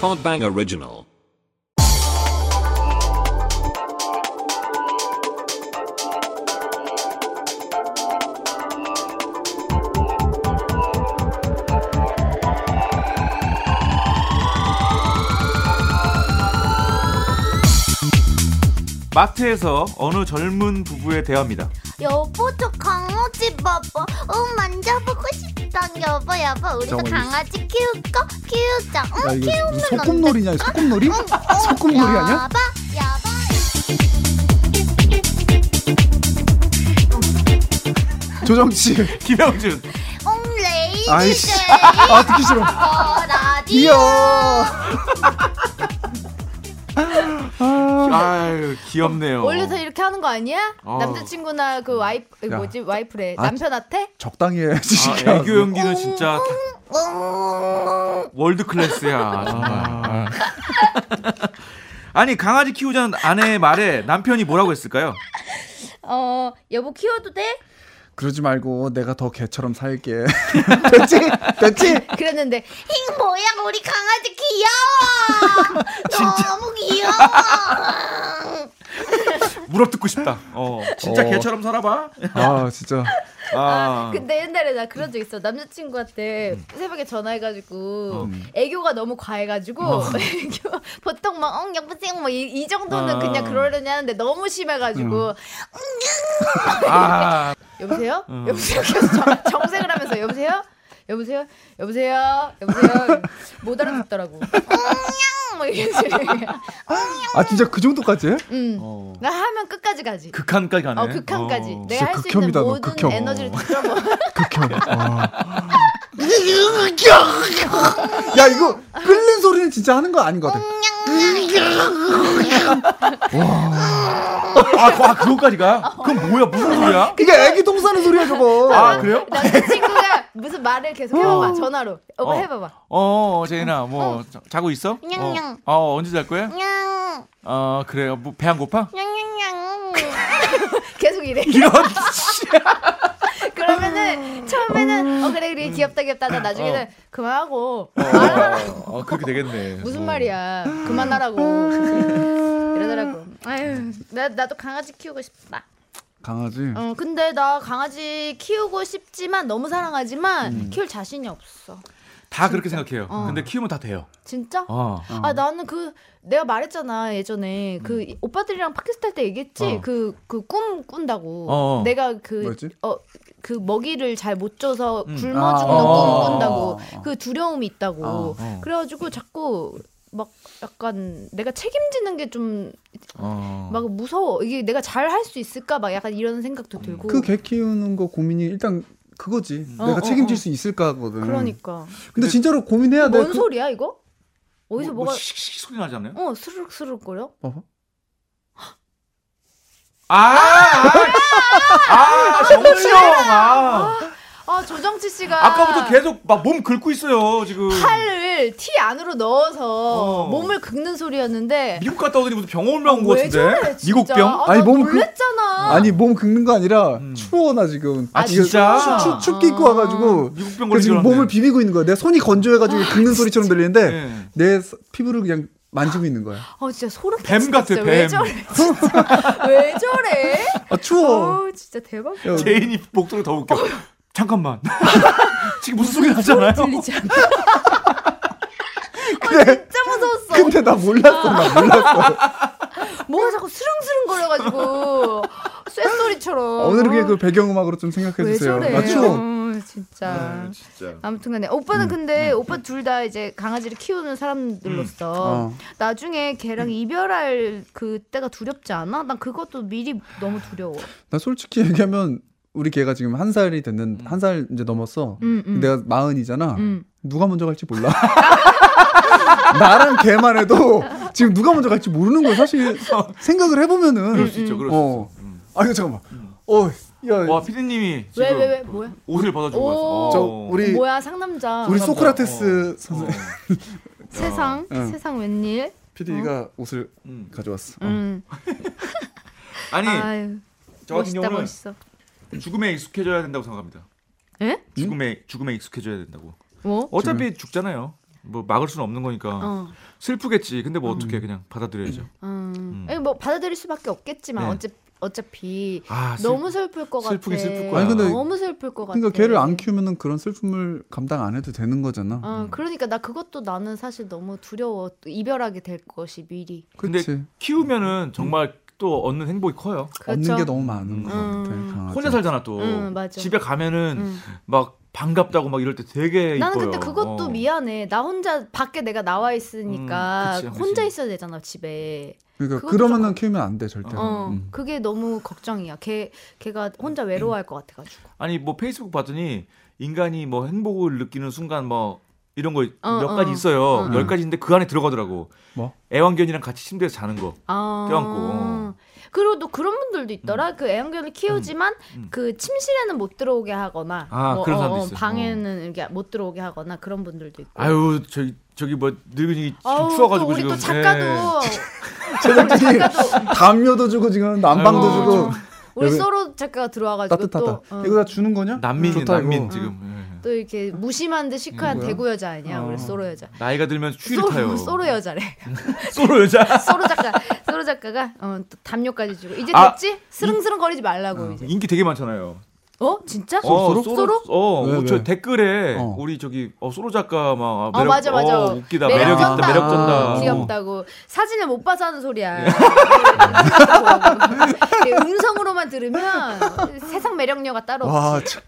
Podbang Original. 마트에서 어느 젊은 부부의 대화입니다. 여보 저 강아지 봐봐 어 만져보고 싶다 여보 여보 우리도 잠깐만, 강아지 키울까 키우자 응 야, 이거 키우면 무슨 소꿉놀이냐? 소꿉놀이? 안 돼. 어, 어, 소꿉놀이 아니야? 여보 여보 조정치. 김영준. 응 레이디 아이씨. 데이 아 듣기 싫어. 어, 귀여. 라디오 아유 귀엽네요. 어, 원래 다 이렇게 하는 거 아니야? 어. 남자친구나 그 와이프 야. 뭐지 와이프래 아, 남편한테? 적당히 해야지. 아, 애교 연기는 진짜 월드 클래스야 정말. 아니 강아지 키우자는 아내의 말에 남편이 뭐라고 했을까요? 어 여보 키워도 돼? 그러지 말고 내가 더 개처럼 살게. 됐지? 됐지? 그랬는데 힝 뭐야 우리 강아지 귀여워 너무 귀여워 물어뜯고 싶다. 어 진짜 어. 개처럼 살아봐. 아 진짜. 아, 음. 근데 옛날에 나 그런 적 있어 남자친구한테 새벽에 어. 전화해가지고 애교가 너무 과해가지고 애교 보통 막 응, 여보세요 뭐이 이 정도는 아. 음. 그냥 그러려니 하는데 너무 심해가지고 아 여보세요? 여보세요? 계속 정, 정색을 하면서 여보세요? 여보세요? 여보세요? 여보세요? 못 알아듣더라고. 엉냥 뭐 이런 소리. 아 진짜 그 정도까지 해? 음. 어. 나 하면 끝까지 가지. 극한까지 가네. 어 극한까지. 어. 내가 할 수 진짜 있는 극혐이다, 너 모든 극혐. 에너지를 다 끌어모. 극혐. 와. 야 이거 끓는 소리는 진짜 하는 거 아닌 거 같아. 아, 그- 아 그거까지 가? 그건 뭐야 무슨 아, 소리야? 이게 애기 똥 싸는 소리야 저거. 아 그래요? 남자친구가 무슨 말을 계속 해봐봐 전화로. 오빠 어. 해봐봐. 어 제인아 뭐 자- 자고 있어? 냥냥. 어, 어 언제 잘 거야? 냥 어 그래요. 뭐 배 안 고파? 냥냥냥 계속 이래. 이런 그러면은 처음에는 어 그래 그래 귀엽다 귀엽다 하다 나중에는 그만하고 말하라. 어 그렇게 되겠네. 무슨 말이야. 그만하라고. 이러더라고. 아유, 나, 나도 강아지 키우고 싶다. 강아지. 어, 근데 나 강아지 키우고 싶지만 너무 사랑하지만 키울 자신이 없어. 다 그렇게 생각해요. 어. 근데 키우면 다 돼요. 진짜? 어. 아, 나는 그 내가 말했잖아 예전에 그 이- 오빠들이랑 팟캐스트 할 때 얘기했지 음. 어. 그 그 꿈 꾼다고 어. 내가 그 뭐였지? 어 그 먹이를 잘 못 줘서 굶어 죽는 아, 어. 꿈 꾼다고 그 두려움이 있다고 어, 어. 그래가지고 자꾸 막 약간 내가 책임지는 게 좀 막 어. 뭐, 무서워 이게 내가 잘 할 수 있을까 막 약간 이런 생각도 들고 그 개 키우는 거 고민이 일단 그거지. 뭐? 어, 내가 어, 책임질 어. 수 있을까거든. 그러니까 근데 진짜로 고민해야 돼. 뭔 음. 그- 소리야 이거 어디서 뭐, 뭐가 뭐 씩씩 소리 나지 않나요? 어 스르륵 스르륵 거려 봐봐. 아! 아, 아 정치형. 아. 아 조정치 씨가 아까부터 계속 막 몸 긁고 있어요, 지금. 팔을 티 안으로 넣어서 어. 몸을 긁는 소리였는데 미국 갔다 오더니 무슨 병원병 온것 아, 왜 같은데. 저래 진짜 미국병? 아, 아니, 나 몸을 긁- 놀랬잖아 아니 몸 긁는 거 아니라 음. 추워 나 지금. 아, 진짜? 음. 추, 추, 아. 춥게 입고 와가지고 미국병 그래서 걸린 줄 그러니까 지금 알았네. 몸을 비비고 있는 거야. 내 손이 건조해가지고 아, 긁는 소리처럼 들리는데 예. 내 서- 피부를 그냥 만지고 있는 거야. 아 진짜 소름 뱀 끼치겠어요. 같아, 왜 뱀. 저래 진짜 왜 저래 아 추워. 어 진짜 대박 야, 제인이 목소리 더 어. 웃겨. 잠깐만. 지금 무슨 소리 나잖아요. 뭐 들리지 않아 근데 진짜 무서웠어 근데 나 몰랐어. 나 몰랐어. 뭐가 자꾸 스릉스릉 거려가지고 쇳소리처럼 오늘은 그냥 그 배경음악으로 좀 아. 왜 생각해주세요. 저래 나 추워. 어, 아, 진짜 아무튼간에 음. 오빠는 근데 오빠 둘 다 이제 강아지를 키우는 사람들로서 어. 나중에 음. 걔랑 이별할 그때가 두렵지 않아? 난 그것도 미리 너무 두려워. 나 솔직히 얘기하면 우리 걔가 지금 한 살이 됐는 음. 한 살 이제 넘었어. 음, 음. 내가 마흔이잖아. 음. 누가 먼저 갈지 몰라. 나랑 걔만 해도 지금 누가 먼저 갈지 모르는 거야. 사실 생각을 그럴 해보면은. 수 있죠. 그럴 수 있어. 음. 어. 아 이거 잠깐만. 어, 야, 와, 피디님이 왜 왜 지금 왜 뭐야? 옷을 벗어주고 왔어. 오. 저 어. 우리 뭐야 상남자 어. 우리 상남자. 소크라테스 선생 어. 세상 응. 세상 웬일? PD가 옷을 음. 가져왔어. 음. 아니, 아유 저 같은 멋있다 경우는 멋있어. 죽음에 익숙해져야 된다고 생각합니다. 예? 음? 죽음에 죽음에 익숙해져야 된다고. 뭐? 어차피 죽잖아요. 뭐 막을 수는 없는 거니까 어. 슬프겠지. 근데 뭐 어떻게 그냥 받아들여야죠. 음. 아니, 뭐 받아들일 수밖에 없겠지만 네. 어차 어차피 아, 슬- 너무 슬플 것 같아. 슬프긴 슬플 거야. 아니, 근데 너무 슬플 것 같아. 그러니까 걔를 안 키우면은 그런 슬픔을 감당 안 해도 되는 거잖아. 어, 음. 그러니까 나 그것도 나는 사실 너무 두려워 이별하게 될 것이 미리. 근데 그렇지. 키우면은 정말 또 얻는 행복이 커요. 없는 그렇죠? 게 너무 많은 것 음. 같아. 강아지. 혼자 살잖아 또. 음, 맞아. 집에 가면은 음. 막 반갑다고 막 이럴 때 되게 나는 이뻐요. 그때 그것도 어. 미안해. 나 혼자 밖에 내가 나와 있으니까 음, 그치, 혼자 그치. 있어야 되잖아 집에. 그러니까 그것도 그러면은 키우면 안 돼 절대. 어, 음. 그게 너무 걱정이야. 걔 걔가 혼자 외로워할 것 같아가지고. 아니 뭐 페이스북 봤더니 인간이 뭐 행복을 느끼는 순간 뭐 이런 거 몇 어, 어. 가지 있어요. 어. 열 가지인데 그 안에 들어가더라고. 뭐? 애완견이랑 같이 침대에서 자는 거. 아. 껴안고. 어. 그리고 또 그런 분들도 있더라. 그 애완견을 키우지만 음. 그 침실에는 못 들어오게 하거나, 아, 그런 사람도 있어요. 방에는 이렇게 못 들어오게 하거나 그런 분들도 있고. 아유 저기 저기 뭐 늙은이 아우, 지금 추워가지고 또 우리 지금. 또 작가도 어. 예. 제작진이 담요도 주고 지금 난방도 아이고. 주고 어. 우리 여기- 서로 작가가 들어와가지고 따뜻하다. 또 어, 이거 다 주는 거냐? 난민 좋다, 난민 이거. 지금. 예. 또 이렇게 무심한 듯 시크한 대구 여자 아니야? 어. 우리 소로 여자. 나이가 들면 추위를 타요. 소로, 소로 여자래. 소로 여자. 소로 작가, 소로 작가가 어, 또 담요까지 주고 이제 아, 됐지? 스릉스릉 거리지 말라고 이제. 인기 되게 많잖아요. 어 진짜? 어, 소로? 어, 왜, 어, 저 왜? 댓글에 어. 우리 저기 어, 소로 작가 막 아, 어, 맞아, 맞아. 어, 웃기다 매력 매력 있다 쩐다. 매력 쩐다. 어. 네. 아, 귀엽다고 사진을 못 봐서 하는 소리야. 뭐, 이렇게 음성으로만 들으면 세상 매력녀가 따로 와, 없지. 참.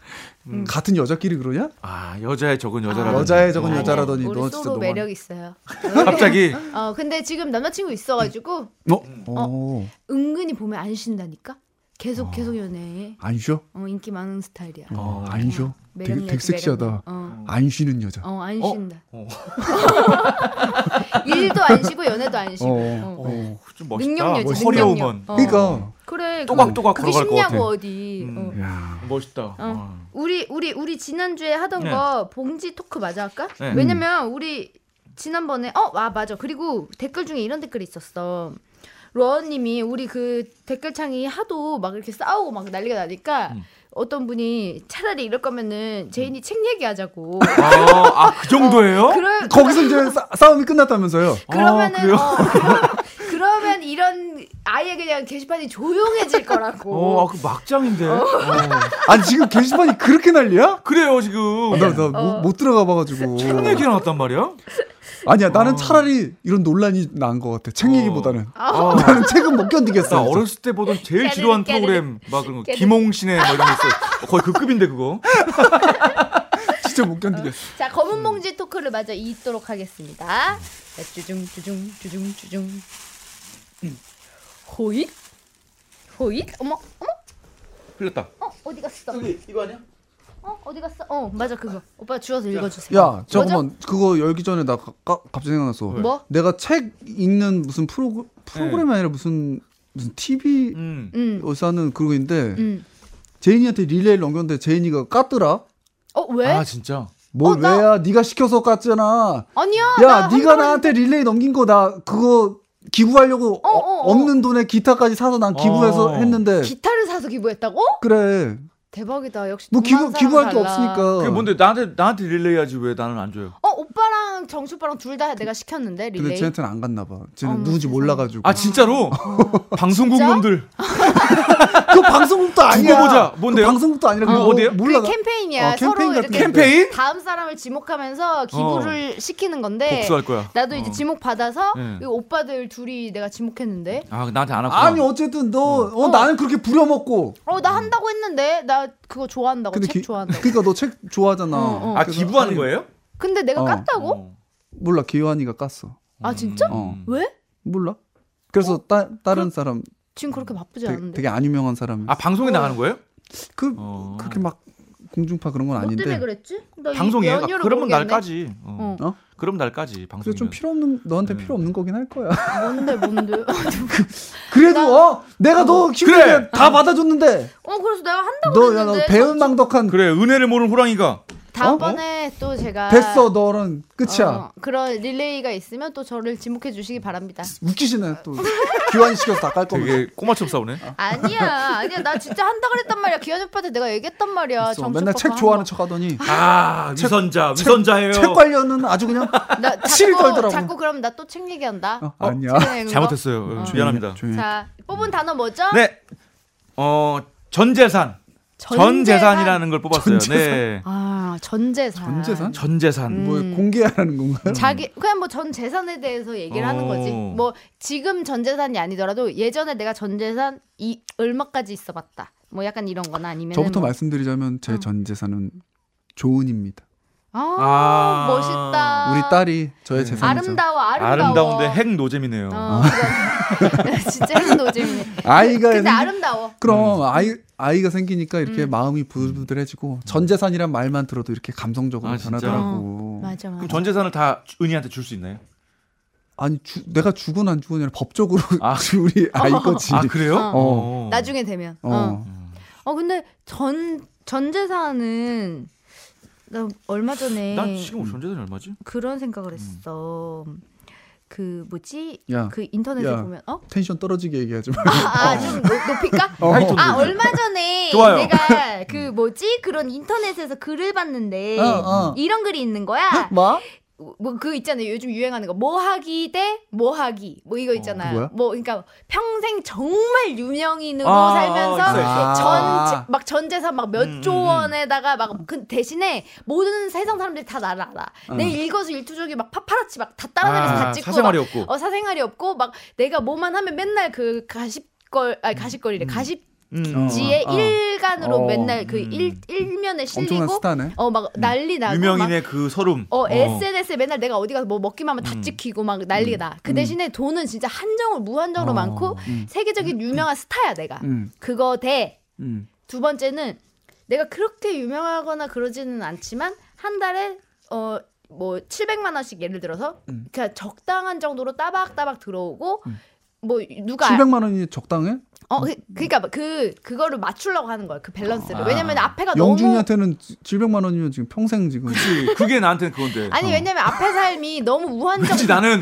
음, 같은 여자끼리 그러냐? 아 여자의 적은 여자라. 여자의 적은 아니야, 여자라더니 우리 너 진짜 소로 너무 매력 있어요. 갑자기 음. 어 근데 지금 남자친구 있어가지고 어? 어. 은근히 보면 안 쉰다니까. 계속 계속 연애해. 안 쉬어? 어 인기 많은 스타일이야. 어, 안 쉬어? 되게, 매력녀지, 되게 섹시하다. 매력녀. 어. 안 쉬는 여자. 어, 안 어? 쉰다. 어. 일도 안 쉬고 연애도 안 쉬고. 어. 어. 어. 좀 멋있다. 능력녀지. 뭐 능력녀. 허리어우먼. 음. 어. 그러니까 그래. 또각또각 그게 걸어갈 것 쉽냐고 같아. 어디. 음. 어. 야. 멋있다. 어. 우리 우리 우리 지난주에 하던 네. 거 봉지 토크 맞아 할까? 네. 음. 왜냐면 우리 지난번에 어와 맞아 그리고 댓글 중에 이런 댓글이 있었어. 로아님이 우리 그 댓글창이 하도 막 이렇게 싸우고 막 난리가 나니까 음. 어떤 분이 차라리 이럴 거면은 제인이 책 얘기하자고. 아, 아, 그 정도예요? 그럴 거기서 이제 싸, 싸움이 끝났다면서요? 그러면은 그래요? 어, 그럼, 그러면 이런 아예 그냥 게시판이 조용해질 어, 거라고. 아, 그 막장인데. 아니 지금 게시판이 그렇게 난리야? 그래요, 지금. 아, 나나못 들어가 봐가지고. 책 얘기 나왔단 말이야? 아니야 나는 어. 차라리 이런 논란이 난 것 같아. 책 어. 얘기보다는 아, 나는 책은 못 나 견디겠어. 어렸을 때 보던 제일 깨르르, 지루한 깨르르. 프로그램 막 그런 거 깨르르. 김홍신의 막 이런 거 있어. 거의 그 급인데 그거. 진짜 못 견디겠어. 자 검은 봉지 토크를 마저 잇도록 하겠습니다. 자, 주중 주중 주중 주중. 호잇 호잇 어머 어머 흘렸다. 어 어디 갔어? 이거 아니야? 어 어디 갔어? 어 맞아 그거 오빠 주워서 읽어주세요. 야 잠깐만 그거 뭐- 열기 전에 나 가, 가- 갑자기 생각났어. 뭐? 내가 책 읽는 무슨 프로 프로그램이 아니라 무슨 무슨 TV 음. 음 어서 하는 그런 거 있는데 음. 제인이한테 릴레이를 넘겼는데 제인이가 깠더라. 어 왜? 아, 진짜. 뭘 어, 나- 왜야? 네가 시켜서 깠잖아. 아니야. 야, 네가 한 나한테 릴레이 넘긴 거 나 그거 기부하려고 어, 어, 어. 없는 돈에 기타까지 사서 난 기부해서 어. 했는데 번 기타를 사서 기부했다고? 그래. 대박이다. 역시 뭐 기부 동안 기부할 게 사람 달라. 없으니까. 그게 뭔데 나한테 나한테 릴레이 하지 왜 나는 안 줘요? 어 오빠랑 정수 오빠랑 둘 다 내가 시켰는데 근데 릴레이. 쟤한테는 안 갔나 봐. 쟤는 어머, 누군지 세상에. 몰라 가지고. 아, 진짜로? 방송국 진짜? 놈들. 그 방송국도 아니야. 보자. 뭔데요? 그 방송국도 아니라 어, 어디요? 몰라. 그 캠페인이야. 어, 캠페인 서로 같은 어. 이렇게 캠페인? 다음 사람을 지목하면서 기부를 시키는 건데 복수할 거야. 나도 이제 지목 받아서 네. 이 오빠들 둘이 내가 지목했는데 아, 나한테 안 왔구나. 아니 어쨌든 너 어, 어. 나는 그렇게 부려먹고. 어 나 한다고 했는데 나 그거 좋아한다고 책 음. 기- 좋아한다고. 그러니까 너 책 좋아하잖아. 어, 어. 아, 그래서 기부하는 아니, 거예요? 근데 내가 어. 깠다고? 어. 음. 몰라. 기환이가 깠어. 아 진짜? 어. 왜? 몰라. 그래서 따, 다른 사람 지금 그렇게 바쁘지 되게, 어? 않은데. 되게 안 유명한 사람. 아, 방송에 나가는 거예요? 그 어. 그렇게 막 공중파 그런 건 뭐 때문에 아닌데. 그랬지? 나 이- 방송이에요. 연유를 그러면 모르겠네. 날까지. 어. 어? 그럼 날까지 그래서 방송이면. 좀 필요 없는 너한테 필요 없는 거긴 할 거야. 뭔데 뭔데? 그래도 나- 어 내가 너 힘들게 다 받아줬는데 어 그래서 내가 한다고 너 야 어? 너 했는데. 배은망덕한 그 어. 그래 은혜를 모르는 호랑이가 다음번에 또 제가 됐어 너는 끝이야. 어, 그런 릴레이가 있으면 또 저를 지목해 주시기 바랍니다. 웃기시네 또 기환시켜서 다 깔 거면. 되게 꼬마처럼 싸우네. 아니야, 아니야. 나 진짜 한다 그랬단 말이야. 기현 오빠한테 내가 얘기했단 말이야. 있어. 아, 정치 맨날 오빠 책 한 좋아하는 거. 척하더니 아 위선자 위선자예요. 책 관련은 아주 그냥 나 실이 자꾸, 떨더라고. 자꾸 그럼 나 또 책 얘기한다. 어, 아니야. 음. 책 내는 거? 잘못했어요. 음. 어. 미안합니다. 조용히 해. 자, 뽑은 단어 뭐죠? 네, 어 전재산 전재산이라는 걸 뽑았어요. 네, 아, 전재산. 전재산? 음. 전재산. 뭐 공개하라는 건가요? 자기 그냥 뭐 전 재산에 대해서 얘기를 하는 거지. 어. 뭐 지금 전 재산이 아니더라도 예전에 내가 전 재산 이 얼마까지 있어봤다. 뭐 약간 이런 거나 아니면 저부터 뭐, 말씀드리자면 제 전재산은 조은입니다. 아, 아. 멋있다. 우리 딸이 저의 재산이죠. 아름다워 아름다워. 아름다운데 핵 노잼이네요. 어, 그럼. 진짜 핵노잼이네. 아이가 근데 생기- 아름다워. 음. 그럼 아이 아이가 생기니까 이렇게 마음이 부들부들해지고 전재산이란 말만 들어도 이렇게 감성적으로 아, 진짜? 변하더라고. 어, 맞아 맞아. 그럼 전재산을 다 은희한테 줄 수 있나요? 아니 주, 내가 주건 안 주건 아니라 법적으로 아. 우리 아이 거지. 아 그래요? 어. 나중에 되면. 어. 어. 어. 근데 전 전재산은 나 얼마 전에 난 지금 전재산이 얼마지? 그런 생각을 했어. 그 뭐지? 야. 그 인터넷에 야. 보면 어? 텐션 떨어지게 얘기하지 마. 아 좀 높일까? 어. 하이톤 아 노잼. 얼마 전에 좋아요. 내가 그 뭐지 그런 인터넷에서 글을 봤는데 어, 어. 이런 글이 있는 거야. 뭐? 뭐 그 있잖아요 요즘 유행하는 거 뭐하기 대 뭐하기 뭐 어, 이거 있잖아. 뭐야? 요뭐 그러니까 평생 정말 유명인으로 아, 살면서 있어, 있어. 아. 전막 전재산 막 몇 음, 조 음, 음. 원에다가 막 그 대신에 모든 세상 사람들이 다 나를 알아. 내 일거수 일투족이 막 파파라치 막 다 따라다니면서 다 음. 아, 찍고 사생활이 막 없고. 어 사생활이 없고 막 내가 뭐만 하면 맨날 그 가십걸 아니 가십거리래 음. 가십지의 어, 어. 일간으로 어, 맨날 그 음. 일, 일면에 엄청난 실리고 스타네. 어 막 난리 나고 막 유명인의 그 서름. 어, SNS에 맨날 내가 어디 가서 뭐 먹기만 하면 다 음. 찍히고 막 난리가 나. 그 대신에 돈은 진짜 한정으로 무한정으로 어. 많고 음. 세계적인 유명한 스타야 내가. 음. 그거 대 두 음. 번째는 내가 그렇게 유명하거나 그러지는 않지만 한 달에 어 뭐 700만 원씩 예를 들어서 음. 그냥 적당한 정도로 따박따박 들어오고 뭐 누가 알- 700만 원이 적당해? 어 그, 그러니까 그 그거를 맞추려고 하는 거야 그 밸런스를 아. 왜냐면 앞에가 너무 영준이한테는 700만 원이면 지금 평생 지금 그치. 그게 나한테는 그건데. 아니 왜냐면 앞에 삶이 너무 무한정 왠지 나는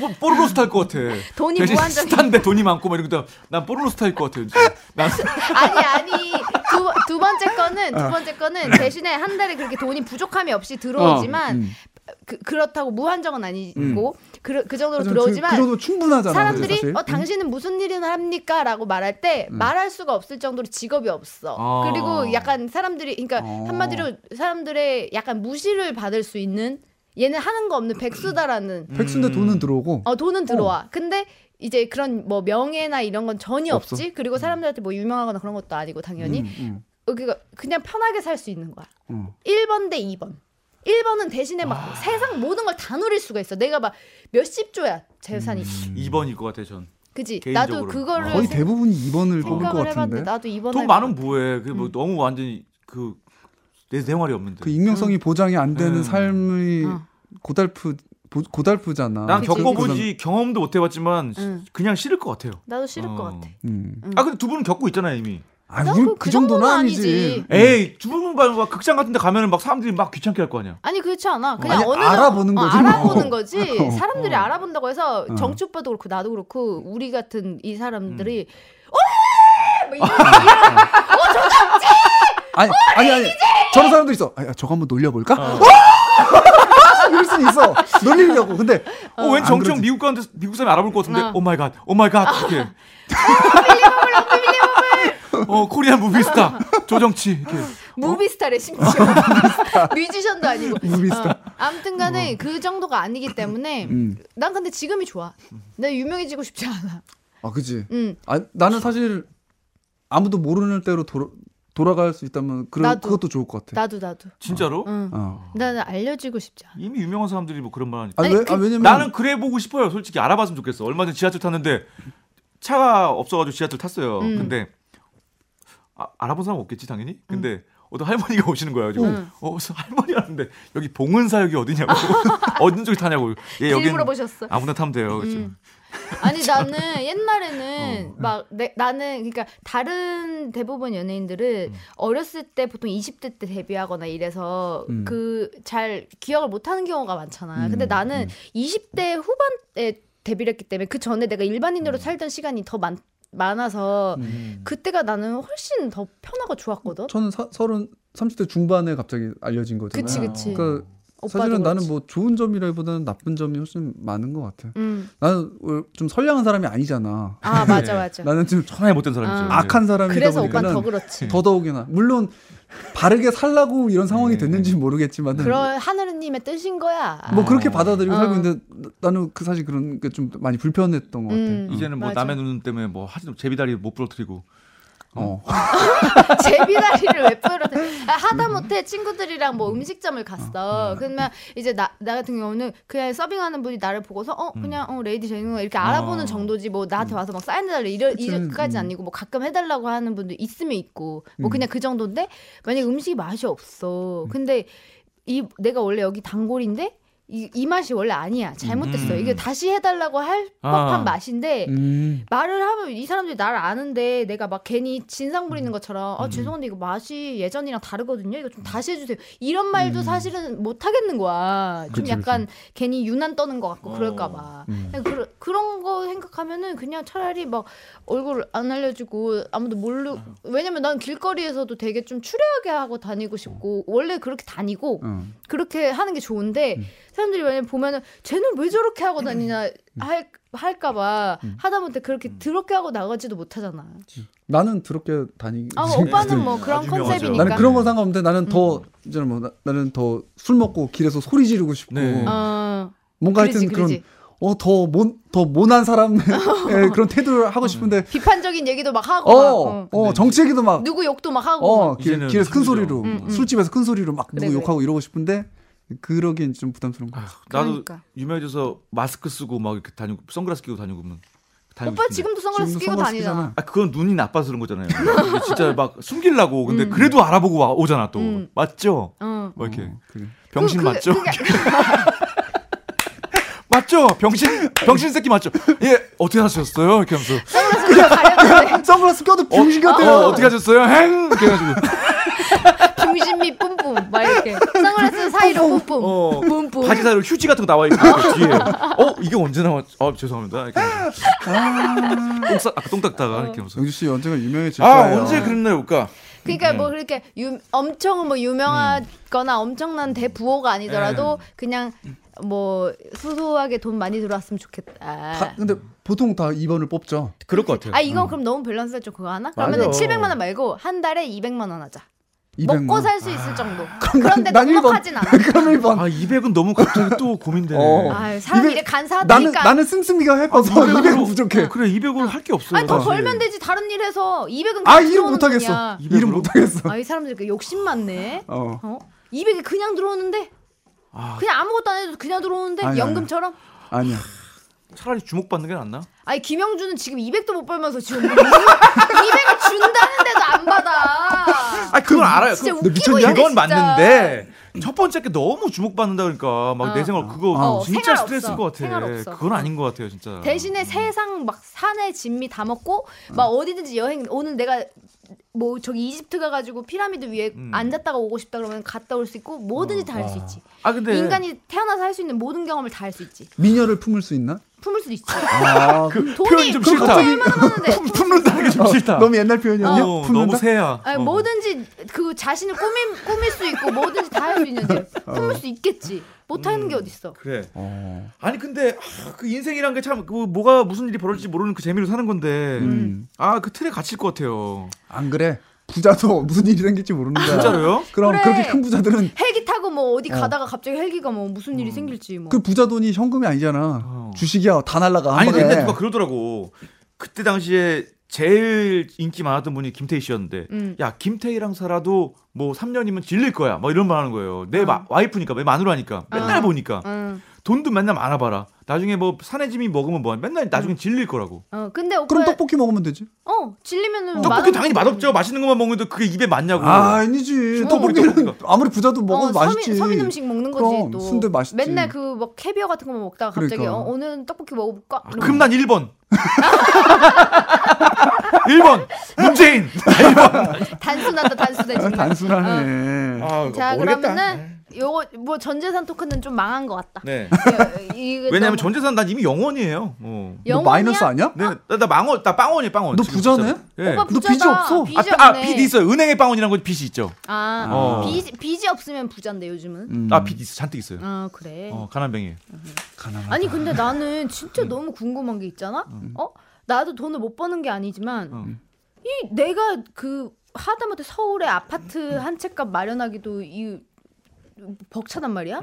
뭐 뽀르로스 탈 것 같아. 돈이 대신 무한정이- 스타인데 돈이 많고 막 이러니까 난 뽀르로스 탈 것 같아. 왠지. 난 아니 아니 두, 두 번째 거는 어. 두 번째 거는 대신에 한 달에 그렇게 돈이 부족함이 없이 들어오지만 네. 어, 음. 그, 그렇다고 무한정은 아니고 그, 그 정도로 하지만 들어오지만 그 정도 충분하잖아. 사람들이 사실. 음. 어 당신은 무슨 일이나 합니까라고 말할 때 말할 수가 없을 정도로 직업이 없어 아. 그리고 약간 사람들이 그러니까 어. 한마디로 사람들의 약간 무시를 받을 수 있는 얘는 하는 거 없는 백수다라는 음. 백수인데 돈은 들어오고 어 돈은 들어와. 근데 이제 그런 뭐 명예나 이런 건 전혀 없 없어. 지 그리고 사람들한테 뭐 유명하거나 그런 것도 아니고 당연히 음, 어, 그니까 그냥 편하게 살 수 있는 거야. 음. 아. 1번 대 2번. 1번은 대신에 막 세상 모든 걸 다 누릴 수가 있어. 내가 막 몇십 조야 재산이. 2번일 것 같아, 전. 그지? 나도 개인적으로. 그거를 음. 거의 생- 대부분 2번을 뽑을 것 생각을 같은데. 해봤는데 나도 2번. 돈 많으면 뭐해. 그게 음. 뭐 너무 완전히 그 내 생활이 없는데. 그 익명성이 보장이 안 되는 음. 삶이 어. 고달프 보- 고달프잖아. 난 그치, 겪어보지 경험도 못 해봤지만 시- 응. 그냥 싫을 것 같아요. 나도 싫을 것 어. 같아. 음. 음. 아 근데 두 분은 겪고 있잖아요 이미. 아니, 난 우리 그- 그, 그 정도는 정도는 아니지. 아니지. 에이 두 분은 막- 막 극장 같은데 가면은 막 사람들이 막 귀찮게 할 거 아니야. 아니 그렇지 않아. 그냥 아니, 어느 알아보는 어, 거지. 뭐. 알아보는 거지. 어. 사람들이 어. 알아본다고 해서 어. 정치 오빠도 그렇고 나도 그렇고 우리 같은 이 사람들이 음. 어! 뭐 이런 아니, 어, 아니, 아니. 저런 사람도 있어. 아, 야, 저거 한번 놀려볼까? 어. 이럴 수는 있어. 놀리려고. 근데 어, 왠 안 정청 그러지. 미국 가운데 미국 사람이 알아볼 것 아. 같은데. 오 마이 갓. 오 마이 갓. 이렇게. 어, 코리안 무비스타. 조정치. 이렇게. 무비스타래 심지어 뮤지션도 아니고 무비스타. 어, 아무튼간에 그 정도가 아니기 때문에 음. 난 근데 지금이 좋아 나 유명해지고 싶지 않아 아, 그지. 음 아, 나는 사실 아무도 모르는 때로 돌아, 돌아갈 수 있다면 그 나도. 그것도 좋을 것 같아. 나도 나도 진짜로? 응 어. 나는 알려지고 싶지 않아 이미 유명한 사람들이 뭐 그런 말 하니까. 아, 아니, 왜? 그- 아, 왜냐면 나는 그래 보고 싶어요. 솔직히 알아봤으면 좋겠어. 얼마 전에 지하철 탔는데 차가 없어가지고 지하철 탔어요. 음. 근데 아, 알아본 사람 없겠지 당연히. 근데 어떤 할머니가 오시는 거예요. 지금 음. 어, 그래서 할머니라는데 여기 봉은사역이 어디냐고. 어느 쪽에 타냐고. 예, 길 여기 물어보셨어 아무나 타면 돼요. 그렇죠. 음. 아니 나는 어, 예. 옛날에는 막 내, 나는 그러니까 다른 대부분 연예인들은 음. 어렸을 때 보통 20대 때 데뷔하거나 이래서 음. 그 잘 기억을 못 하는 경우가 많잖아. 음, 근데 나는 20대 후반에 데뷔를 했기 때문에 그 전에 내가 음. 일반인으로 살던 시간이 더 많, 많아서 그때가 나는 훨씬 더 편하고 좋았거든. 저는 사, 서른 30대 중반에 갑자기 알려진 거잖아요. 그치, 그치. 그러니까 오빠도 사실은 나는 그렇지. 뭐 좋은 점이라기보다는 나쁜 점이 훨씬 많은 것 같아요. 음. 나는 원래 좀 선량한 사람이 아니잖아. 아 네. 맞아 맞아. 나는 좀 천하에 못된 사람이죠. 아. 네. 악한 사람이다 그래서 오빠 보니까는 그러니까 음. 더 그렇지. 더더욱이나 물론 바르게 살라고 이런 상황이 네. 됐는지 모르겠지만 그런 하늘님의 뜻인 거야. 뭐 아. 그렇게 받아들이고 어. 살고 있는데 나- 나는 그 사실 그런 게 좀 많이 불편했던 것 같아. 음. 이제는 뭐 맞아. 남의 눈 때문에 뭐 하지도 제비다리 못 부러뜨리고 어. 제비다리를 왜 뿌려대? 아, 하다못해 친구들이랑 뭐 음식점을 갔어. 그러면 이제 나, 나 같은 경우는 그냥 서빙하는 분이 나를 보고서 어 그냥 어 레이디 제이누 이렇게 알아보는 어. 정도지 뭐 나한테 와서 막 사인 해달래 이러 그치. 이까지 는 아니고 뭐 가끔 해달라고 하는 분도 있으면 있고 뭐 그냥 그 정도인데 만약 에 음식이 맛이 없어. 근데 이 내가 원래 여기 단골인데. 이, 이 맛이 원래 아니야. 잘못됐어. 음. 이게 다시 해달라고 할 법한 아. 맛인데 음. 말을 하면 이 사람들이 나를 아는데 내가 막 괜히 진상 음. 부리는 것처럼 아 죄송한데 이거 맛이 예전이랑 다르거든요 이거 좀 다시 해주세요 이런 말도 사실은 못 하겠는 거야 좀 음. 그치, 음. 약간 괜히 유난 떠는 것 같고 어. 그럴까봐 그, 그런 거 생각하면은 그냥 차라리 막 얼굴 안 알려주고 아무도 모르 어. 왜냐면 난 길거리에서도 되게 좀 추레하게 하고 다니고 싶고 원래 그렇게 다니고 어. 그렇게 하는 게 좋은데 사람들이 만약 보면은 쟤는 왜 저렇게 하고 다니냐 할 할까봐 하다못해 그렇게 더럽게 하고 나가지도 못하잖아. 나는 더럽게 다니. 아 오빠는 뭐 그러니까. 그런 아주 유명하죠. 컨셉이니까. 음. 나는 그런 건 상관없는데 나는 더 이제 뭐 나, 는 더 술 먹고 길에서 소리 지르고 싶고 네. 어, 뭔가 그러지, 하여튼 그런 어, 그러지. 어더몬더 모난 사람의 예, 그런 태도를 하고 싶은데 비판적인 얘기도 막 하고 어, 막, 어, 어. 정치 얘기도 막 누구 욕도 막 하고. 막. 어, 길, 네. 이제는 길에서 큰 힘들죠. 소리로 음, 음. 술집에서 큰 소리로 막 그래, 누구 그래. 욕하고 이러고 싶은데 그러기엔 좀 부담스러운 거. 아휴, 같아요. 나도 그러니까. 유명해져서 마스크 쓰고 막 이렇게 다니고 선글라스 끼고 다니고 그러면 다니고 오빠 싶은데. 지금도 선글라스 지금도 끼고 선글라스 다니잖아. 끼잖아. 아 그건 눈이 나빠서 그런 거잖아요. 이게 진짜 막 숨기려고 근데 그래도 알아보고 와 오잖아 또 음. 맞죠? 어. 막 이렇게 어, 그래. 병신 그- 그- 맞죠? 그게- 맞죠? 병신 병신 새끼 맞죠? 예 어떻게 하셨어요? 이렇게 하면서 선글라스 가렸는데 선글라스 껴도 병신 같아요. 어, 어떻게 하셨어요? 행 이렇게 해가지고 김신미 뿜뿜 막 이렇게 선글라스 사이로 뿜뿜 어. 뿜뿜. 바지 사이로 휴지 같은 거 나와 있고 그 뒤에 어 이게 언제 나왔? 아 죄송합니다. 이렇게 하면서. 똥싸 아까 똥 닦다가 이렇게 하면서 영주 씨 언젠가 유명해질 아 거예요. 언제 그런 날 올까? 그러니까 음. 뭐 그렇게 유, 엄청 뭐 유명하거나 엄청난 대부호가 음. 아니더라도 그냥 뭐 소소하게 돈 많이 들어왔으면 다, 좋겠다. 근데 보통 다 2번을 뽑죠. 그럴 것 같아요. 아 음. 이건 그럼 너무 밸런스가 좀 그거 하나? 그러면 맞아. 700만 원 말고 한 달에 200만 원 하자. 200만. 아. 먹고 살 수 있을 정도. 그럼 그런데 난- 난 넉넉하진 않아. 1번. 그럼 1번. 아 200은 너무 갑자기 또 고민되네. 어. 아 사람 이백- 이래 나는 간사하니까. 아, 나는 씀씀이가 해봐서 아, 200은 부족해. 그래 200으로 할 게 없어요. 아니 더 사실. 벌면 되지 다른 일 해서 200은 예. 아 일은 못하겠어. 일은 200으로? 못하겠어. 아이 사람들 그 욕심 많네. 어. 어? 200이 그냥 들어오는데 아, 그냥 아무것도 안 해도 그냥 들어오는데 아니, 아니. 연금처럼. 아니야. 차라리 주목받는 게 낫나? 아니 김영준은 지금 200도 못 벌면서 지금 200을 준다는데도 안 받아. 아 그건 알아요. 진짜 그- 웃기고 미쳤냐? 있네, 그건 어, 진짜. 맞는데 첫 번째 게 너무 주목받는다 그러니까 막 내 어. 생각 그거 어, 진짜 생활 스트레스일 없어. 것 같아. 생활 없어. 그건 아닌 것 같아요 진짜. 대신에 세상 막 산에 진미 다 먹고 막 어디든지 여행 오늘 내가 뭐 저기 이집트 가가지고 피라미드 위에 음. 앉았다가 오고 싶다 그러면 갔다 올 수 있고 뭐든지 다 할 수 있지. 아 근데 인간이 태어나서 할 수 있는 모든 경험을 다 할 수 있지. 미녀를 품을 수 있나? 품을 수도 있지. 아, 돈이 좀 돈이 싫다. 얼마나 많은데. 그 품는다 이게 좀 싫다. 너무 옛날 표현이었냐? 어, 품는다? 너무 새야. 아니, 어. 뭐든지 그 자신을 꾸밀, 꾸밀 수 있고 뭐든지 다 할 수 있는데 품을 수 있겠지. 못하는 음. 게 어딨어. 그래. 어. 아니 근데 아, 그 인생이란 게 참 뭐가 무슨 일이 벌어질지 모르는 그 재미로 사는 건데 음. 아 그 틀에 갇힐 것 같아요. 안 그래? 부자도 무슨 일이 생길지 모르는 네. 거야. 아, 진짜로요? 어. 그럼 그래. 그렇게큰 부자들은 헬기 타고 뭐 어디 가다가 갑자기 헬기가 뭐 무슨 일이 생길지 뭐. 그 부자 돈이 현금이 아니잖아. 어. 주식이야 다 날라가. 한 아니 네. 번에. 근데 누가 그러더라고. 그때 당시에 제일 인기 많았던 분이 김태희 씨였는데 음. 야 김태희랑 살아도 뭐 3년이면 질릴 어. 거야. 막 이런 말 하는 거예요. 내 마- 와이프니까 내 마누라니까 맨날 보니까 응. 돈도 맨날 많아봐라. 나중에 뭐 산해짐이 먹으면 뭐 음. 맨날 나중에 질릴 거라고. 어 근데 오빠 그럼 떡볶이 먹으면 되지. 어 질리면은 음. 떡볶이 당연히 맛없죠. 맛있는 것만 먹는데 그게 입에 맞냐고. 아, 아니지. 음. 어. 떡볶이는 아무리 부자도 먹어도 맛있지. 서민, 서민 음식 먹는 거지 그럼, 또. 순대 맛있지. 맨날 그 막 캐비어 같은 거만 먹다가 갑자기 그러니까. 어, 오늘은 떡볶이 먹어볼까? 아, 그럼 난 1번. 1번 문재인. 단순하다 단순해 지금. 단순하네. 어. 아, 자 그러면은 요거 뭐 전재산 토큰은 좀 망한 것 같다. 예, 네. 이- 이게 왜냐면 너무- 전 재산 난 이미 영원이에요. 어. 너 영혼이야? 뭐 마이너스 아니야? 네, 나, 나 망원, 나 빵원이에요, 빵원. 너 지금 부자네? 진짜로. 예. 오빠 너 부자다. 빚이 없어. 빚이 아, 따- 아, 없네. 빚이 있어요. 은행의 빵원이라는 건 빚이 있죠. 아, 어. 빚이, 빚이 없으면 부자인데 요즘은. 음. 아, 빚이 있어. 잔뜩 있어요. 아 그래. 어, 가난뱅이. 가난하다. 아니 근데 나는 진짜 너무 궁금한 게 있잖아. 어? 나도 돈을 못 버는 게 아니지만 음. 이 내가 그 하다못해 서울에 아파트 한 채값 마련하기도 이 벅차단 말이야.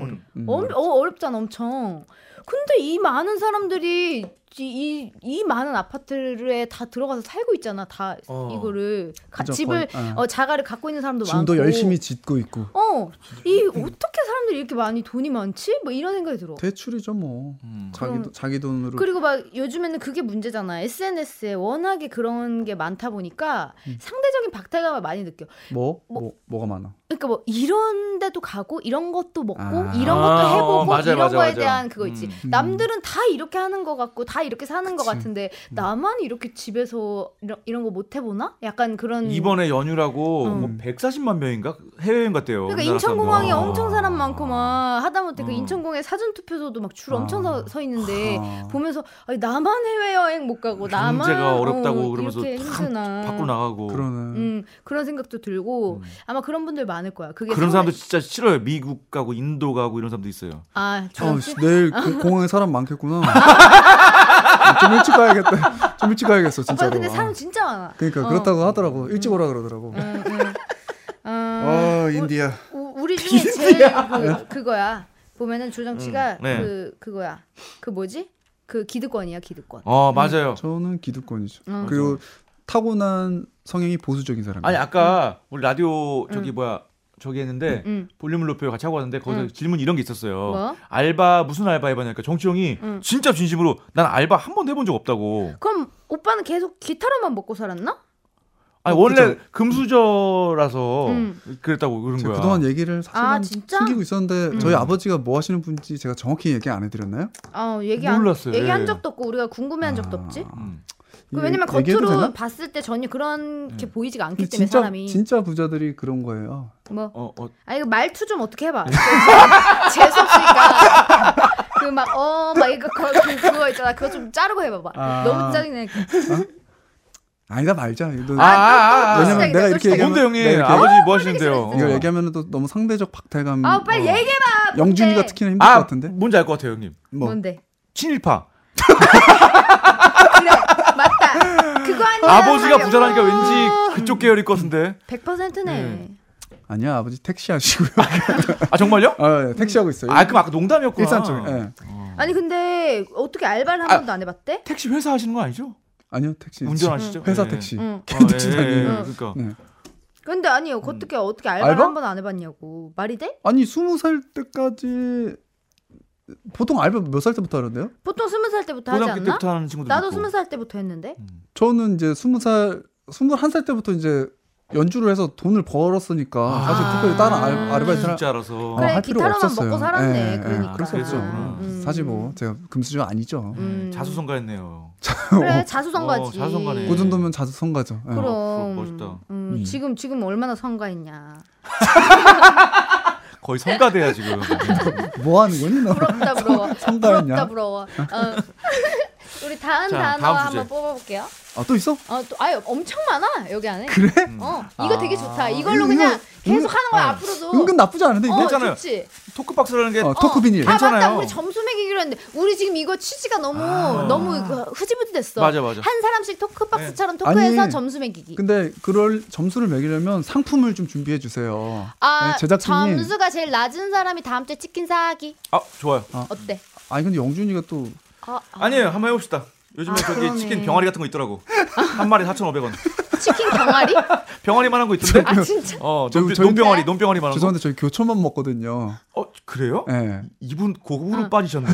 엄, 어, 어렵잖아 엄청. 근데 이 많은 사람들이 이이 이 많은 아파트에 다 들어가서 살고 있잖아. 다 어. 이거를 가, 그죠, 집을 거의, 어. 어, 자가를 갖고 있는 사람도 지금도 많고. 열심히 짓고 있고. 어, 이 어떻게 사람들이 이렇게 많이 돈이 많지? 뭐 이런 생각이 들어. 대출이죠 뭐. 음. 자기 그럼- 돈- 자기 돈으로. 그리고 막 요즘에는 그게 문제잖아. SNS에 워낙에 그런 게 많다 보니까 음. 상대적인 박탈감을 많이 느껴. 뭐? 뭐- 뭐 뭐가 많아? 그러니까 뭐 이런 데도 가고 이런 것도 먹고 아. 이런 것도 아, 해보고 어, 맞아요, 이런 맞아요, 거에 맞아요. 대한 그거 있지. 음. 남들은 다 이렇게 하는 것 같고 다 이렇게 사는 것 같은데 음. 나만 이렇게 집에서 이런, 이런 거 못 해보나? 약간 그런 음. 이번에 연휴라고 음. 뭐 140만 명인가 해외여행 갔대요. 그러니까 우리나라 인천공항에 사람들. 엄청 사람 많고 막 하다못해 어. 그 음. 인천공항에 사전 투표소도 막 줄 아. 엄청 서, 서 있는데 아. 보면서 아니, 나만 해외 여행 못 가고 나만 어. 음, 경제가 어렵다고 그러면서 이렇게 탁 힘드나 어, 밖으로 나가고. 음. 그러네. 음, 그런 생각도 들고 아마 그런 분들 많을 거야. 그게 그런 상- 사람도 진짜 싫어요. 미국 가고 인도 가고 이런 사람도 있어요. 아, 아, 저 씨, 내일 그 공항에 사람 많겠구나. 아, 좀 일찍 가야겠다. 좀 일찍 가야겠어, 오빠 진짜로. 근데 아. 사람 진짜 많아. 그러니까 어. 그렇다고 하더라고. 일찍 오라 그러더라고. 응, 응. 어, 어, 인디아. 우- 우리 중에 제일 그, 그거야. 보면은 조정치가 네. 그 그거야. 그 뭐지? 그 기득권이야, 기득권. 어, 맞아요. 저는 기득권이죠. 음. 그리고 타고난 성향이 보수적인 사람. 아니, 아까 우리 라디오 저기 음. 뭐야. 저기 했는데 응. 볼륨을 높여 같이 하고 왔는데 거기서 응. 질문 이런 게 있었어요. 음. 뭐? 음. 알바 무슨 알바 해봤냐니까 정치 형이 응. 진짜 진심으로 난 알바 한 번도 해본 적 없다고. 그럼 오빠는 계속 기타로만 먹고 살았나? 아니 원래 금수저라서 음. 그랬다고 그런 제가 거야. 그동안 얘기를 아, 사실은 진짜? 음. 숨기고 있었는데 저희 아버지가 뭐 하시는 분인지 제가 정확히 얘기 안 해드렸나요? 아, 얘기 안 몰랐어요. 얘기한 예. 적도 없고 우리가 궁금해한 적도 없지. 음. 그 이게 왜냐면 예, 얘기해도 겉으로 되나? 예. 봤을 때 전혀 그런 게 보이지가 않기 근데 때문에 진짜 사람이 진짜 부자들이 그런 거예요. 뭐 어, 어. 아 이거 말투 좀 어떻게 해봐. 재수 없으니까. 그 막 어 막 이거 거, 그, 그거 있잖아. 그거 좀 자르고 해봐봐. 아. 너무 그 짜증나. 아니다 말자. 이거 아, 아, 아. 왜냐면 시작이다, 내가 또 이렇게 시작이다. 얘기하면 뭔데 형님? 내가 이렇게 아버지 뭐 하시는데요? 이거 어. 얘기하면 또 너무 상대적 박탈감. 아 빨리 어. 얘기해봐. 영준이가 뭔데? 특히나 힘들 아, 것 같은데. 뭔지 알 것 같아요, 형님. 뭐 네. 뭔데? 친일파. 그래 맞다. 그거 아니야. 아버지가 부자라니까 왠지 그쪽 계열일 것 같은데. 100%네. 예. 아니야 아버지 택시 하시고요. 아 정말요? 아 예, 택시 하고 있어요. 아 그럼 아까 농담이었구나. 일산 쪽에. 예. 아니 근데 어떻게 알바를 한 아. 번도 안 해봤대? 택시 회사 하시는 거 아니죠? 아니요 택시. 운전하시죠? 회사 예. 택시. 응. 아, 택시 예, 예, 예. 다니는. 그러니까. 네. 근데 아니요. 어떻게 어떻게 알바를 알바? 한 번 안 해봤냐고. 말이 돼? 아니 스무 살 때까지 보통 알바 몇 살 때부터 하는데요? 보통 스무 살 때부터 하지 고등학교 않나? 때부터 하는 친구들. 나도 있고. 음. 스무 살 때부터 했는데. 저는 이제 스무 살 스물한 살 때부터 이제 연주를 해서 돈을 벌었으니까 사실 아. 특별히 다른 알, 아르바이트를 음. 어, 진짜 알아서. 그래, 할 필요가 기타로만 없었어요. 먹고 살았네, 예, 예. 그러니까. 그럴 수 없죠. 아, 음. 사실 뭐 제가 금수저 아니죠. 음. 자수성가했네요. 그래 자수성가지. 어, 자수성가네. 어, 그 정도면 자주 성가죠. 예. 그럼 멋있다. 음, 지금 지금 얼마나 성가했냐. 거의 성가대야 지금. 뭐 하는 거니 너? 부럽다 부러워. 성가했냐? 부럽다 부러워. 어. 우리 다음 자, 단어 다음 주제. 한번 뽑아볼게요. 아 또 있어? 어, 또 아유 엄청 많아 여기 안에. 그래? 어 이거 되게 좋다. 이걸로 이거, 그냥 이거, 계속 하는 거야 아, 어. 앞으로도. 은근 나쁘지 않은데 이게? 어 괜찮아요. 좋지. 토크박스라는 게 어, 토크 비닐. 아 맞다 괜찮아요. 아. 우리 점수 매기기로 했는데 우리 지금 이거 취지가 너무 너무 이거 흐지부지됐어. 맞아, 네. 맞아. 한 사람씩 토크박스처럼 토크해서 아니, 점수 매기기. 근데 그럴 점수를 매기려면 상품을 좀 준비해 주세요. 아 네, 제작진이 점수가 제일 낮은 사람이 다음 주에 치킨 사기 아 좋아요. 어때? 아니 근데 영준이가 또 아, 아. 아니에요 한번 해봅시다. 요즘에 아, 저기 그러네. 치킨 병아리 같은 거 있더라고. 한 마리 4,500원. 치킨 병아리? 병아리만한 거 있던데. 아 진짜? 어, 저희- 논- 저희- 논병아리, 논병아리만한 거. 죄송한데 저희 교초만 먹거든요. 어, 그래요? 예. 이분 아. 고급으로 빠지셨네요.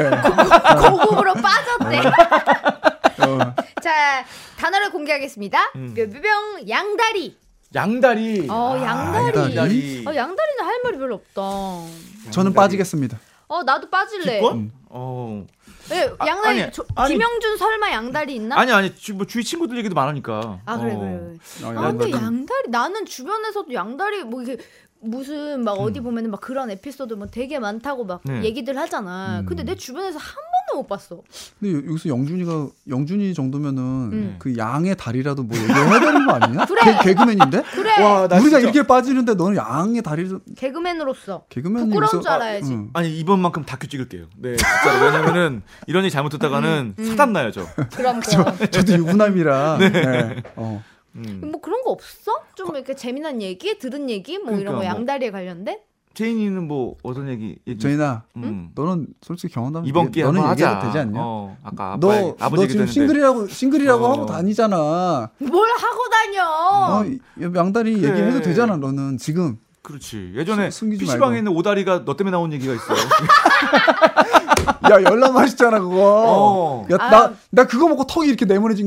아. 고급으로 빠졌대. 어, 자, 단어를 공개하겠습니다. 음. 뾰뾰병 양다리. 양다리. 어, 양다리. 양다리. 어, 양다리는 할 말이 별로 없다. 저는 빠지겠습니다. 어, 나도 빠질래. 기권? 음. 어. 예, 양다리 아니, 저- 아니. 김영준 설마 양다리 있나? 아니 아니 주, 뭐 주위 친구들 얘기도 많으니까. 아, 그래 어. 그래. 그래. 어, 아, 근데 양다리. 양다리 나는 주변에서도 양다리 뭐 이게 무슨 막 어디 보면은 막 그런 에피소드 뭐 되게 많다고 막 음. 네. 음. 얘기들 하잖아. 근데 내 주변에서 한 번도 못 봤어. 근데 여- 여기서 영준이가 영준이 정도면은 음. 그 양의 다리라도 뭐 얘기해야 되는 거 아니냐? 그래. 아, 개, 개그맨인데? 그래. 어. 와, 나 진짜- 우리가 이렇게 빠지는데 너는 양의 다리를 개그맨으로서 개그맨이 부끄러운 여기서- 줄 알아야지. 응. 아니 이번만큼 다큐 찍을게요. 네, 진짜 왜냐면은 이런 얘기 잘못했다가는 음, 사단 나요 저. 그런 거. 저도 유부남이라. 네. 어. 음. 뭐 그런 거 없어? 좀 이렇게 재미난 얘기, 들은 얘기, 뭐 이런 그러니까 거 뭐. 양다리에 관련된? 제인이는 뭐 어떤 얘기? 얘기 저희나 음. 너는 솔직히 경험담 이번 기회에 너는 한번 얘기해도 하자. 되지 않냐? 어, 아까 아빠, 너, 아버지 너 얘기도 지금 했는데. 싱글이라고 싱글이라고 어. 하고 다니잖아. 뭘 하고 다녀? 음. 어, 이- 양다리 그래. 얘기해도 되잖아. 너는 지금 그렇지. 예전에 숨- 숨기지 PC방에 말고. 있는 오다리가 너 때문에 나온 얘기가 있어요. 야 열나 맛있잖아 그거. 어. 야 나 나 그거 먹고 턱이 이렇게 네모내진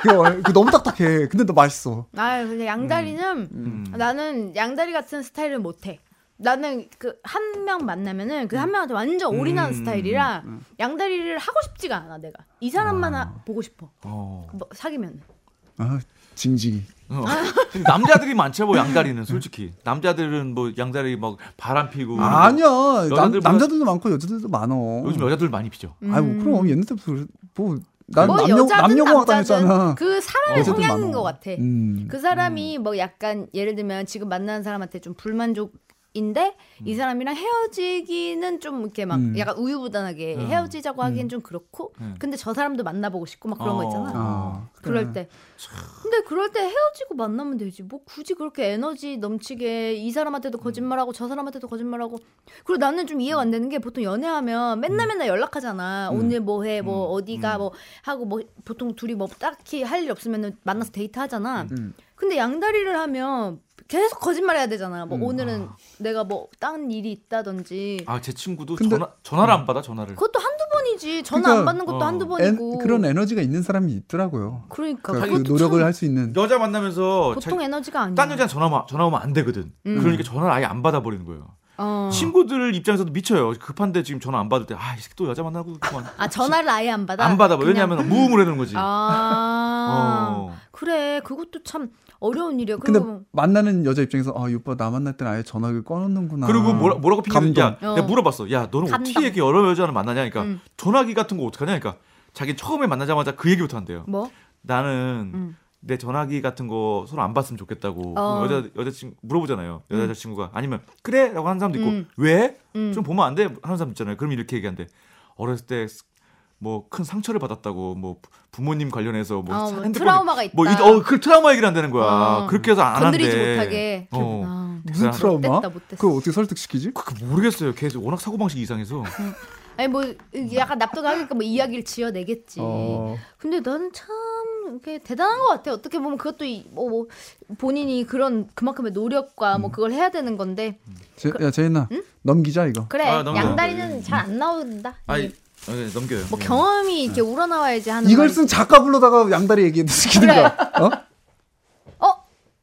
그거, 그 너무 딱딱해. 근데 너 맛있어. 아유, 근데 양다리는 음. 나는 양다리 같은 스타일을 못 해. 나는 그 한 명 만나면은 그 한 명한테 완전 올인하는 음. 스타일이라 양다리를 하고 싶지가 않아 내가. 이 사람만 하- 보고 싶어. 어. 뭐, 사귀면. 아 징징이. 어. 아. 근데 남자들이 많죠, 뭐 양다리는 솔직히. 남자들은 뭐 양다리 막 바람 피고. 아니야. 남, 여자들보다- 뭐 남자들도 많고 여자들도 많어. 요즘 여자들 많이 피죠. 아이 뭐 그럼 옛날 때부터 그래. 뭐난 아, 남녀 음. 여자든 남녀공학 남자든 다녔잖아. 그 사람의 여자들 성향인 많아. 것 같아. 음. 그 사람이 뭐 약간 예를 들면 지금 만나는 사람한테 좀 불만족인데 이 사람이랑 헤어지기는 좀 이렇게 막 음. 약간 우유부단하게 음. 헤어지자고 하기엔 좀 그렇고 음. 근데 저 사람도 만나보고 싶고 막 그런 거 어. 있잖아. 아, 그래. 그럴 때. 근데 그럴 때 헤어지고 만나면 되지. 뭐 굳이 그렇게 에너지 넘치게 이 사람한테도 거짓말하고 저 사람한테도 거짓말하고. 그리고 나는 좀 이해가 안 되는 게 보통 연애하면 맨날 맨날 연락하잖아. 오늘 뭐 해, 뭐 어디가 뭐 하고 뭐 보통 둘이 뭐 딱히 할 일 없으면 만나서 데이트 하잖아. 음. 근데 양다리를 하면 계속 거짓말해야 되잖아. 뭐 오늘은 내가 뭐 딴 일이 있다든지. 아, 제 친구도 근데- 전화, 전화를 안 받아, 전화를. 그것도 한두 번이지. 전화 안 그러니까, 받는 것도 어. 한두 엔- 번이고. 그런 에너지가 있는 사람이 있더라고요. 음. 그러니까 그러니까 그것도 그 노력을 참 할 수 있는. 여자 만나면서 보통 음. 자, 에너지가 아니야. 어, 음. 딴 여자는 전화, 와- 전화 오면 안 되거든. 그러니까 전화를 아예 안 받아버리는 거예요. 어. 친구들 입장에서도 미쳐요. 급한데 지금 전화 안 받을 때, 아, 이 새끼 또 여자 만나고 그만. 아 전화를 아예 안 받아? 안 받아봐. 그냥- 왜냐하면 무음을 해놓은 거지. 아 어. 그래 그것도 참 어려운 일이야. 근데 그리고 만나는 여자 입장에서 아, 이 오빠 나 만날 때는 아예 전화기를 꺼놓는구나. 그리고 뭐라, 뭐라고 핑계를 감동. 야, 내가 어. 물어봤어. 야, 너는 감동. 어떻게 이렇게 여러 여자를 만나냐니까 그러니까 음. 전화기 같은 거 어떻게 하냐니까 그러니까 자기 처음에 만나자마자 그 얘기부터 한대요. 뭐? 나는 음. 내 전화기 같은 거 서로 안 봤으면 좋겠다고 어. 여자 여자 친구 물어보잖아요. 여자 친구가 아니면 그래라고 하는 사람도 있고 음. 왜? 음. 좀 보면 안 돼 하는 사람 있잖아요. 그럼 이렇게 얘기한대. 어렸을 때 뭐 큰 상처를 받았다고 뭐 부- 부모님 관련해서 뭐 아, 사- 뭐 핸드폰- 트라우마가 있다. 뭐 이- 어, 그 트라우마 얘기를 한다는 거야. 어. 그렇게 해서 안 건드리지 한대. 못하게. 어. 아, 무슨 트라우마? 못됐다, 못됐어. 그걸 어떻게 설득시키지? 그 모르겠어요. 계속 워낙 사고 방식이 이상해서. 아니 뭐 이게 약간 납득하니까 뭐 이야기를 지어내겠지. 어. 근데 나는 참 이게 대단한 것 같아. 어떻게 보면 그것도 이- 뭐, 뭐 본인이 그런 그만큼의 노력과 음. 뭐 그걸 해야 되는 건데 제, 야 제인아 넘기자 이거. 그 그래 아, 너무 양다리는 잘 안 나온다. 아니 이게 어, 네, 넘겨요. 뭐 예. 경험이 이렇게 우러나와야지 하는 이걸 말이- 쓴 작가 불러다가 양다리 얘기 시키든가. 어? 어?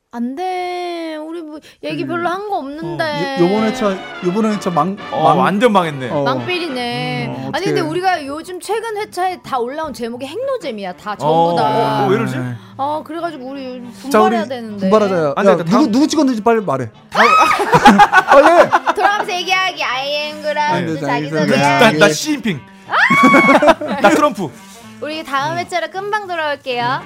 안 돼. 우리 뭐 얘기 별로 한 거 없는데. 음. 어, 요- 요번에 차 요번에 차망 어, 완전 망했네. 어. 네. 망필이네. 음, 어, 아니 근데 어떡해. 우리가 요즘 최근 회차에 다 올라온 제목이 핵노잼이야. 다 전부 어, 다. 어, 왜 이러지? 아 그래가지고 우리 자 우리 분발해야 되는데. 분발하자. 아, 야, 네, 다음- 누구 누구 찍었는지 빨리 말해. 빨리. 돌아가면서 얘기하기. I am 네, 그라운드 네, 나, 자기소개하기. 자기소개. 나 시진핑. 나 트럼프. 네. 우리 다음 회차로 금방 돌아올게요.